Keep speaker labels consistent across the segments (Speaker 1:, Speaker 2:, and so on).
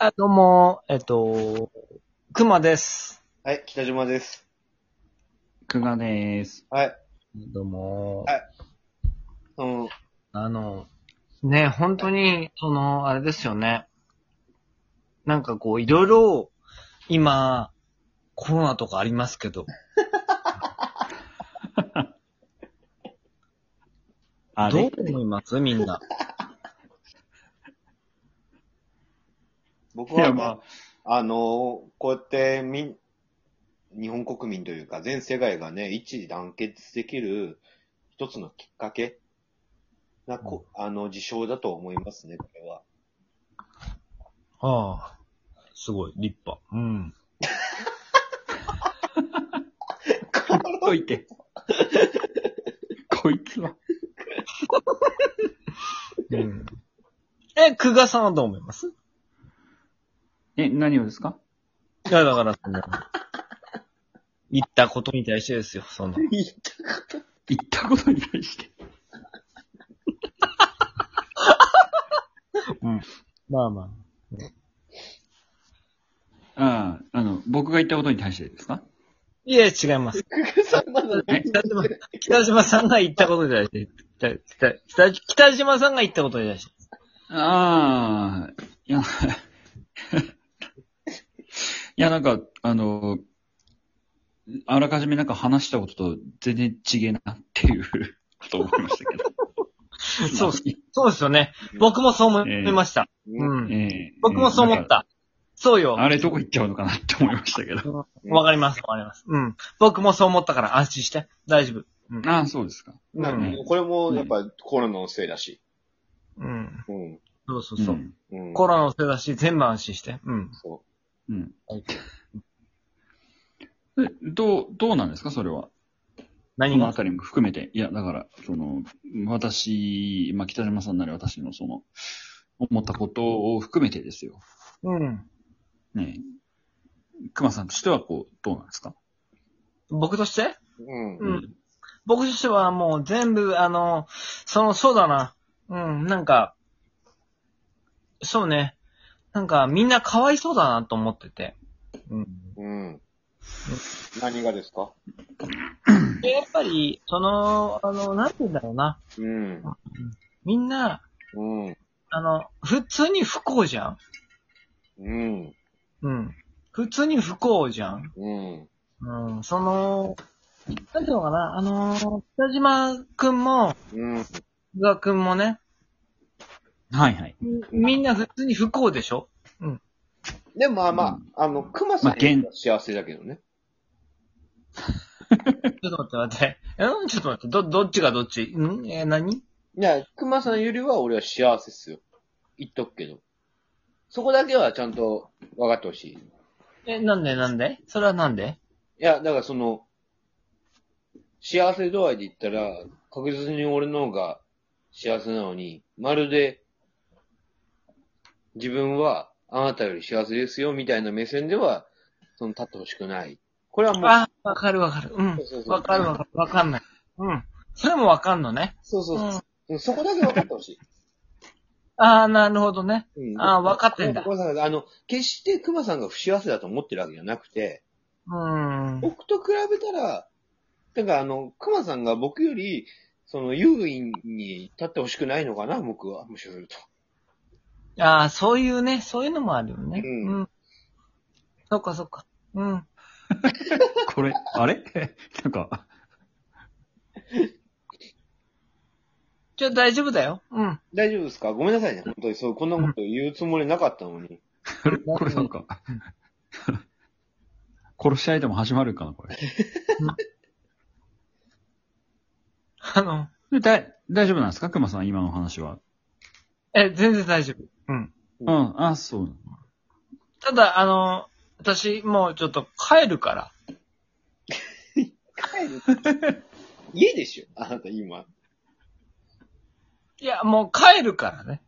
Speaker 1: あ、どうも、えっと、くまです。
Speaker 2: はい、北島です。
Speaker 3: くがでーす。
Speaker 2: はい。
Speaker 1: どうも。
Speaker 2: はいうん。
Speaker 1: あの、ね、本当に、その、あれですよね。なんかこう、いろいろ、今、コロナとかありますけど、
Speaker 3: あ
Speaker 1: ど
Speaker 3: れ
Speaker 1: う思いますみんな。
Speaker 2: 僕
Speaker 3: い
Speaker 2: は、
Speaker 3: や
Speaker 2: ま
Speaker 3: ま
Speaker 2: あ、あのーこうやってみん、日本国民というか、全世界がね、一致団結できる一つのきっかけな、こあの、事象だと思いますね、これは。
Speaker 1: ああ、すごい、立派。 うん。
Speaker 3: あ、といて。こいつは。
Speaker 1: うん、え、くがさんはどう思います
Speaker 3: え、何をですか
Speaker 1: いや、だから、その、言ったことに対してですよ、その。
Speaker 3: 言ったことに対して。
Speaker 1: まあま
Speaker 3: ああ、あの、僕が言ったことに対してですか
Speaker 1: あ。いえ、違います。
Speaker 3: え
Speaker 1: 北島、北島さんが言ったことに対して、北北北北島さんが言ったことに対して。
Speaker 3: ああ、いや、い や、なんか、あの、あらかじめなんか話したことと全然違えなっていうことを思いましたけど。
Speaker 1: そうっすそうですよね。僕もそう思いました。
Speaker 2: うん。
Speaker 1: うん、
Speaker 3: ええ
Speaker 1: 僕もそう思っ。た。そう
Speaker 3: え
Speaker 1: よ
Speaker 3: えなんか。あれどこ行っちゃうのかなって思いましたけど。
Speaker 1: わかります、わかります。うん。僕もそう思ったから安心して。大丈夫。
Speaker 3: ああ、そうですか。
Speaker 2: な
Speaker 1: うん
Speaker 2: これも、やっぱ、コロナのせいだし。
Speaker 1: うん。
Speaker 2: うん。
Speaker 1: そうそうそう。
Speaker 3: ん
Speaker 2: うん。
Speaker 1: コロナのせいだし、全部安心して。うん。
Speaker 2: そ
Speaker 3: うん
Speaker 1: はい。
Speaker 3: えどう、どうなんですかそれは。そ
Speaker 1: 何
Speaker 3: の
Speaker 1: が
Speaker 3: あたりも含めて。いや、だから、その、私、まあ、北島さんなり私のその、思ったことを含めてですよ。
Speaker 1: うん。
Speaker 3: ねえ。熊さんとしては、こう、どうなんですか
Speaker 1: 僕として
Speaker 2: う。うん。
Speaker 1: うん僕としてはもう全部、あの、その、そうだな。うん、なんか、そうね。なんか、みんなかわいそうだなと思ってて。うん。
Speaker 2: うん。何がですか
Speaker 1: で、やっぱり、その、あの、なんて言うんだろうな。
Speaker 2: うん。
Speaker 1: みんな、
Speaker 2: うん。
Speaker 1: あの、普通に不幸じゃん。
Speaker 2: うん。
Speaker 1: うん。普通に不幸じゃん。
Speaker 2: うん。
Speaker 1: うん。その、なんていうのかな。あの、北島くんも、
Speaker 2: うん。
Speaker 1: 宇賀くんもね、
Speaker 3: はいはい。
Speaker 1: みんな普通に不幸でしょ
Speaker 2: でもまあまあ、あ
Speaker 3: う
Speaker 2: の、熊さん
Speaker 3: まあ現
Speaker 2: は幸せだけどね。
Speaker 1: ちょっと待って待って。うんちょっと待って。ど、どっちがどっちんえー、何
Speaker 2: いや、熊さんよりは俺は幸せっすよ。言っとくけど。そこだけはちゃんと分かってほしい。い
Speaker 1: え、なんでなんでそれはなんで
Speaker 2: や、だからその、幸せ度合いで言ったら、確実に俺の方が幸せなのに、まるで、自分はあなたより幸せですよ、みたいな目線では、その立ってほしくない。これはもう、
Speaker 1: あ、わかるわかる。うん
Speaker 2: そうそう。そう
Speaker 1: わかるわかる。わかんない。うん。それもわかんのね。
Speaker 2: そうそう
Speaker 1: うん
Speaker 2: そう、うんそこだけ分かってほしい。
Speaker 1: ああ、なるほどね。
Speaker 2: うん
Speaker 1: あー分かってんだ
Speaker 2: ごめさいあの、決して熊さんが不幸せだと思ってるわけじゃなくて、
Speaker 1: うーん。
Speaker 2: 僕と比べたら、だからあの、熊さんが僕より、その、優位に立ってほしくないのかな、僕は、むしろすると。
Speaker 1: ああ、そういうね、そういうのもあるよね。
Speaker 2: うん
Speaker 1: うん。そっかそっか。うん。
Speaker 3: これ、あれ なんか、
Speaker 1: じゃあ大丈夫だよ。うん。
Speaker 2: 大丈夫ですかごめんなさいね、本当に。そう、こんなこと言うつもりなかったの に。
Speaker 3: これ、これなんか、 殺し合いでも始まるかな、これ。
Speaker 1: あの、
Speaker 3: でだい大丈夫なんですか熊さん、今の話は。
Speaker 1: え、全然大丈夫。うん。
Speaker 3: うん、あ、そう。
Speaker 1: ただ、あの、私、もうちょっと帰るから。
Speaker 2: 帰る。家でしょあなた今。
Speaker 1: いや、もう帰るからね。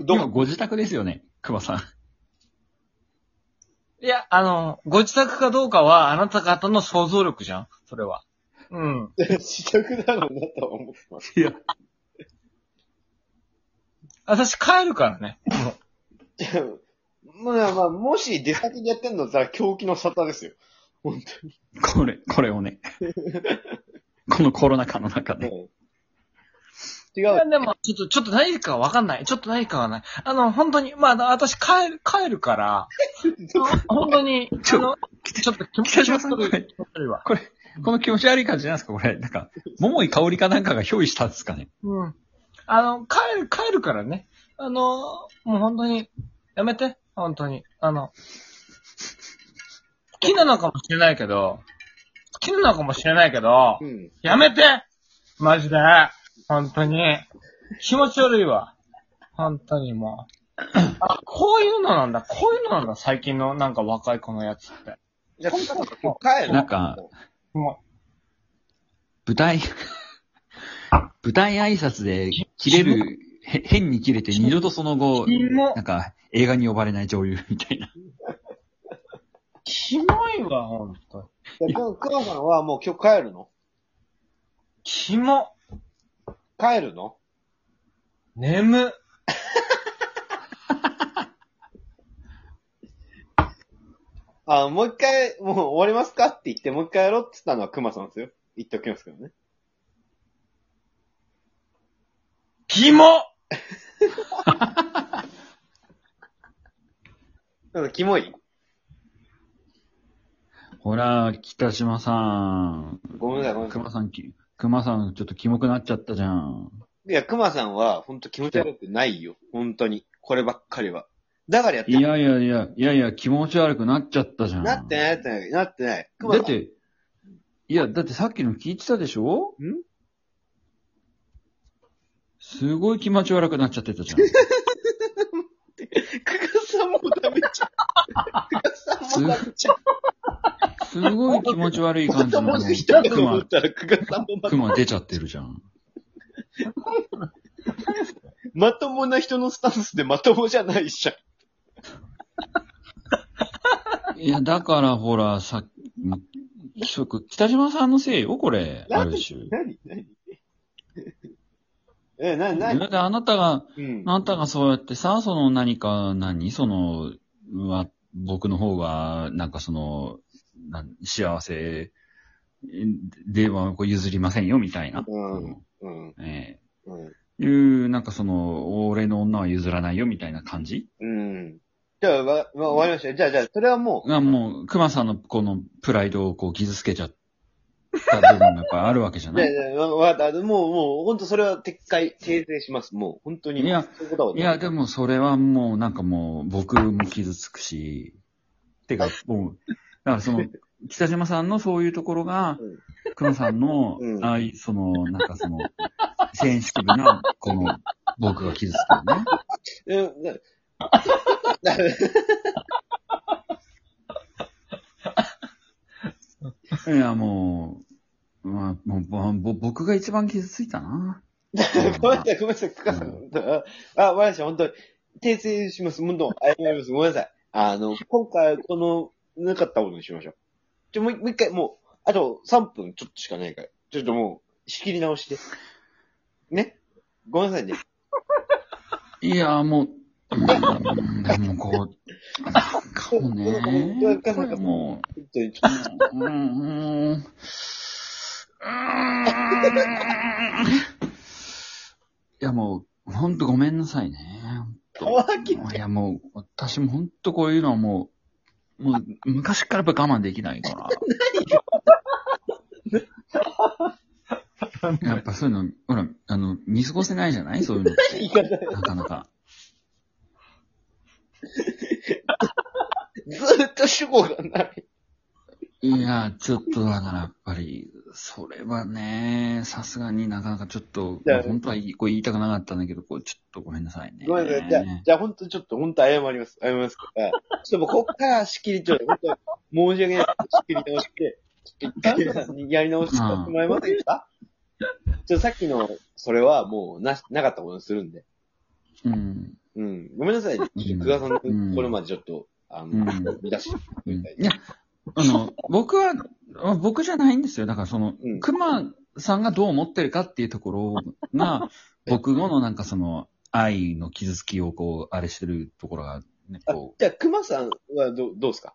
Speaker 2: ど
Speaker 3: 今、
Speaker 2: こ
Speaker 3: ご自宅ですよね、熊さん。
Speaker 1: いや、あの、ご自宅かどうかは、あなた方の想像力じゃんそれは。うん。
Speaker 2: 自宅なのだとは思ってます。
Speaker 3: いや、
Speaker 1: 私帰るからね。
Speaker 2: まあまあ、もし出先でやってんのだったら狂気の沙汰ですよ。本
Speaker 3: これ、これをね。このコロナ禍の中
Speaker 2: 当
Speaker 3: で。
Speaker 2: に。違。
Speaker 1: いうや、でも、ちょっと、ちょっと何かわかんない。ちょっと何かがない。あの、本当に、まあ、私帰る、帰る から、本当に、
Speaker 3: ちょ
Speaker 1: あの、ちょっと気持
Speaker 3: 北
Speaker 1: ち
Speaker 3: 島
Speaker 1: 悪
Speaker 3: さんこ
Speaker 1: い。
Speaker 3: れ
Speaker 1: 気持ち悪いわ。
Speaker 3: これ、この気持ち悪い感じなんですかこれ、なんか、桃井香りかなんかが憑依したんですかね
Speaker 1: うん。あの、帰る、帰るからね。あの、もう本当に、やめて、本当に。あの、好きなのかもしれないけど、好きなのかもしれないけど
Speaker 2: う、ん。
Speaker 1: やめてマジで本当に。気持ち悪いわ。本当にも う。あ、こういうのなんだ、こういうのなんだ、最近のなんか若い子のやつって。
Speaker 2: じゃあ、とにかく今日帰る。
Speaker 3: なんか
Speaker 1: も
Speaker 3: 舞台、舞台挨拶で切れる、へ変に切れて二度とその後
Speaker 1: う、、キモ
Speaker 3: なん、か映画に呼ばれない女優みたいな。
Speaker 1: キモいわ、本当
Speaker 2: じ
Speaker 1: に。
Speaker 2: ゃあくまさんはもう今日帰るの
Speaker 1: キモ、
Speaker 2: 帰るの
Speaker 1: 眠。
Speaker 2: あ、もう一回、もう終わりますかって言って、もう一回やろうって言ったのはくまさんですよ。言っておきますけどね。
Speaker 1: キモ
Speaker 2: なんか、キモい
Speaker 3: ほら、北島さん。
Speaker 2: ごめんなさい、ごめんなさい。
Speaker 3: 熊さんき、熊さんちょっとキモくなっちゃったじゃん。
Speaker 2: いや、熊さんは、ほんと気持ち悪くないよ。本当に。こればっかりは。だからやって
Speaker 3: いやいやいや、いやいや、気持ち悪くなっちゃったじゃん。
Speaker 2: なってない、なってない、なってない。熊
Speaker 3: だ
Speaker 2: さん
Speaker 3: っ、て、いや、だってさっきの聞いてたでしょ
Speaker 2: ん
Speaker 3: すごい気持ち悪くなっちゃってたじ ゃん。
Speaker 2: 熊さんもダメじゃん。熊さんもダメじゃん。
Speaker 3: すごい気持ち悪い感 じの
Speaker 2: もし人だと思っ
Speaker 3: 熊、
Speaker 2: たら、熊さんもま
Speaker 3: 熊出ちゃってるじゃん。
Speaker 2: まともな人のスタンスでまともじゃないじゃん。
Speaker 3: いや、だからほら、さっき、そこ北島さんのせいよ、これ。あ
Speaker 2: なん
Speaker 3: る
Speaker 2: で
Speaker 3: 種。
Speaker 2: 何何 え、な、
Speaker 3: だ
Speaker 2: な、
Speaker 3: ってあなたが、
Speaker 2: うん。
Speaker 3: あなたがそうやってさ、その何か、何その、は、僕の方が、なんかその、なん幸せではこう譲りませんよ、みたいな。
Speaker 2: うんうん。
Speaker 3: え
Speaker 2: うん。
Speaker 3: えいう、なんかその、俺の女は譲らないよ、みたいな感じ
Speaker 2: うん。じゃあ、わ、わ、わかりました。じゃあ、じゃあ、それはもう、
Speaker 3: が、もう、熊さんのこのプライドをこう傷つけちゃった部分がやっぱあるわけじゃ
Speaker 2: い
Speaker 3: な
Speaker 2: や
Speaker 3: い
Speaker 2: いや、わわかった。もう、もう、本当それは撤回、訂正します。もう、本当に。
Speaker 3: いや
Speaker 2: そういうことはい
Speaker 3: や、でもそれはもう、なんかもう、僕も傷つくし、てか、もう、だからその、北島さんのそういうところが
Speaker 2: うん、
Speaker 3: 熊さんの
Speaker 2: う、ん
Speaker 3: ああいその、なんかその、センシティブな、この、僕が傷つくのね。
Speaker 2: うんな
Speaker 3: いや、もう、まあ、もうぼぼ、僕が一番傷ついた な。
Speaker 2: ごめんなさい、ごめんなさい、くかさん。あ、わかりました、本当に。訂正します、本当謝ります、ごめんなさい。あの、今回、この、なかったことにしましょう。ちょ、もう、もう一回、もう、あと3分ちょっとしかないから、ちょっともう、仕切り直して。ねごめんなさいね。
Speaker 3: いや、もう、うんでもこう、なんかもうね、これもう、
Speaker 2: 本当にちょっ
Speaker 3: うんうんうんいやもう、ほんとごめんなさいね。
Speaker 2: と、乾き、
Speaker 3: いやもう、私もほんとこういうのはもう、もう昔からやっぱ我慢できな いから。やっぱそういうの、ほら、あの、見過ごせないじゃないそういうのって。
Speaker 2: 言い方、
Speaker 3: なかなか。
Speaker 2: ずーっと主語がない。
Speaker 3: いや、ちょっとだからやっぱり、それはね、さすがになかなかちょっと、
Speaker 2: じゃあ
Speaker 3: 本当は言いこう言いたくなかったんだけど、こうちょっとごめんなさいね。
Speaker 2: ごめんなさい。じゃあ、じゃあ、ほんとちょっと、ほんと謝ります。謝りますから。ちょっともうこっから仕切り、ちょっと、本当申し訳ない。仕切り直して、ちょっと一回皆さんにやり直してもらえませんかちょっとさっきの、それはもう、なし、なかったことにするんで。
Speaker 3: うん。
Speaker 2: うん。ごめんなさい。ちょっと、久我さんの
Speaker 3: うん
Speaker 2: これまでちょっと、あ
Speaker 3: う
Speaker 2: の
Speaker 3: ん、
Speaker 2: 出して
Speaker 3: う
Speaker 2: く
Speaker 3: ん
Speaker 2: ださい。
Speaker 3: いや、あの、僕は、あ僕じゃないんですよ。だからその
Speaker 2: うん、
Speaker 3: 熊さんがどう思ってるかっていうところが、僕のなんかその、愛の傷つきをこう、あれしてるところが、ね、
Speaker 2: あ
Speaker 3: こ
Speaker 2: じゃあ、熊さんはどどうですか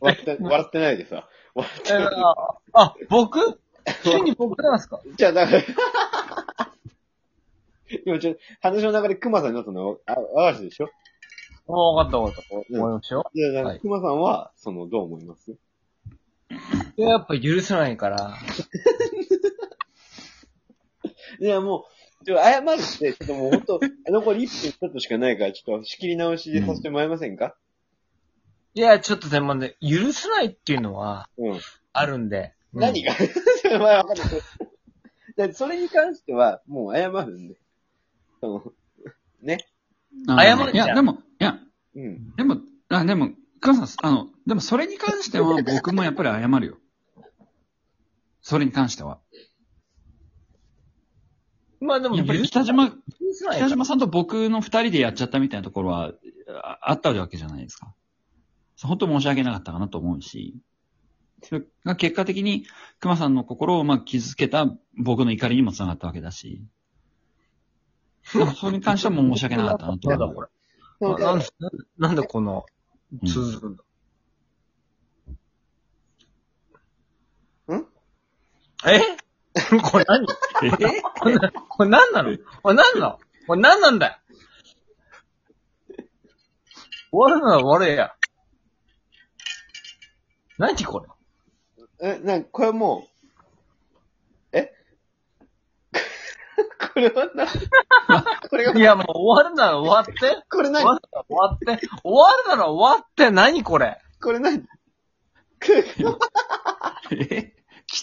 Speaker 2: 笑って、笑ってないでさ。笑って
Speaker 1: え
Speaker 2: ない。
Speaker 1: ああ、僕急に僕なんですか
Speaker 2: じゃあ、だから、今ちょっと、話の流れ熊さんになったのは、あ、わかるでしょ
Speaker 1: もう分かった分かった。
Speaker 2: うん
Speaker 1: 思いましょ
Speaker 2: で、なん
Speaker 3: は
Speaker 2: か
Speaker 3: い
Speaker 2: 熊さんは、その、どう思います
Speaker 1: う。やっぱ許せないから。
Speaker 2: いや、もう、ちょっと謝るって、ちょっともう本当、残り1分ちょっとしかないから、ちょっと仕切り直しでさせてもらえませんか、
Speaker 1: いや、ちょっと全般で、許せないっていうのは、
Speaker 2: うん、
Speaker 1: あるんで。うん
Speaker 2: 何が それはわかんないだってそれに関しては、もう謝るんで。その
Speaker 3: う。あ
Speaker 1: 謝る
Speaker 3: い
Speaker 1: じゃん
Speaker 3: や、でも、いや、
Speaker 2: うん。
Speaker 3: でも、あ、でも、母さん、あの、でもそれに関しては僕もやっぱり謝るよ。それに関しては。
Speaker 1: まあでも
Speaker 3: やっぱり
Speaker 1: 許せ
Speaker 3: 北島、
Speaker 1: 許せないか
Speaker 3: 北
Speaker 1: ら。
Speaker 3: 島さんと僕の二人でやっちゃったみたいなところは、ああったわけじゃないですか。本当申し訳なかったかなと思うし、それが結果的に熊さんの心をまあ傷つけた僕の怒りにもつながったわけだ し、でもそれに関してはもう申し訳なかったなと
Speaker 1: やだ
Speaker 3: 思
Speaker 1: こ
Speaker 3: う。
Speaker 1: れ。あなんでなんでこの、 続くんだ。
Speaker 2: うんん
Speaker 1: え これ何
Speaker 3: え
Speaker 1: これこれ何なのこれ何なのこれ何なんだよ終わるなら終われや。何これ
Speaker 2: え、なんか、これもう、え これはな、これが、
Speaker 1: いや、もう終わるなら終わって。
Speaker 2: これ
Speaker 1: 終
Speaker 2: 何
Speaker 1: わるなら終わって。終わるなら終わって。何これ
Speaker 2: これ何
Speaker 3: え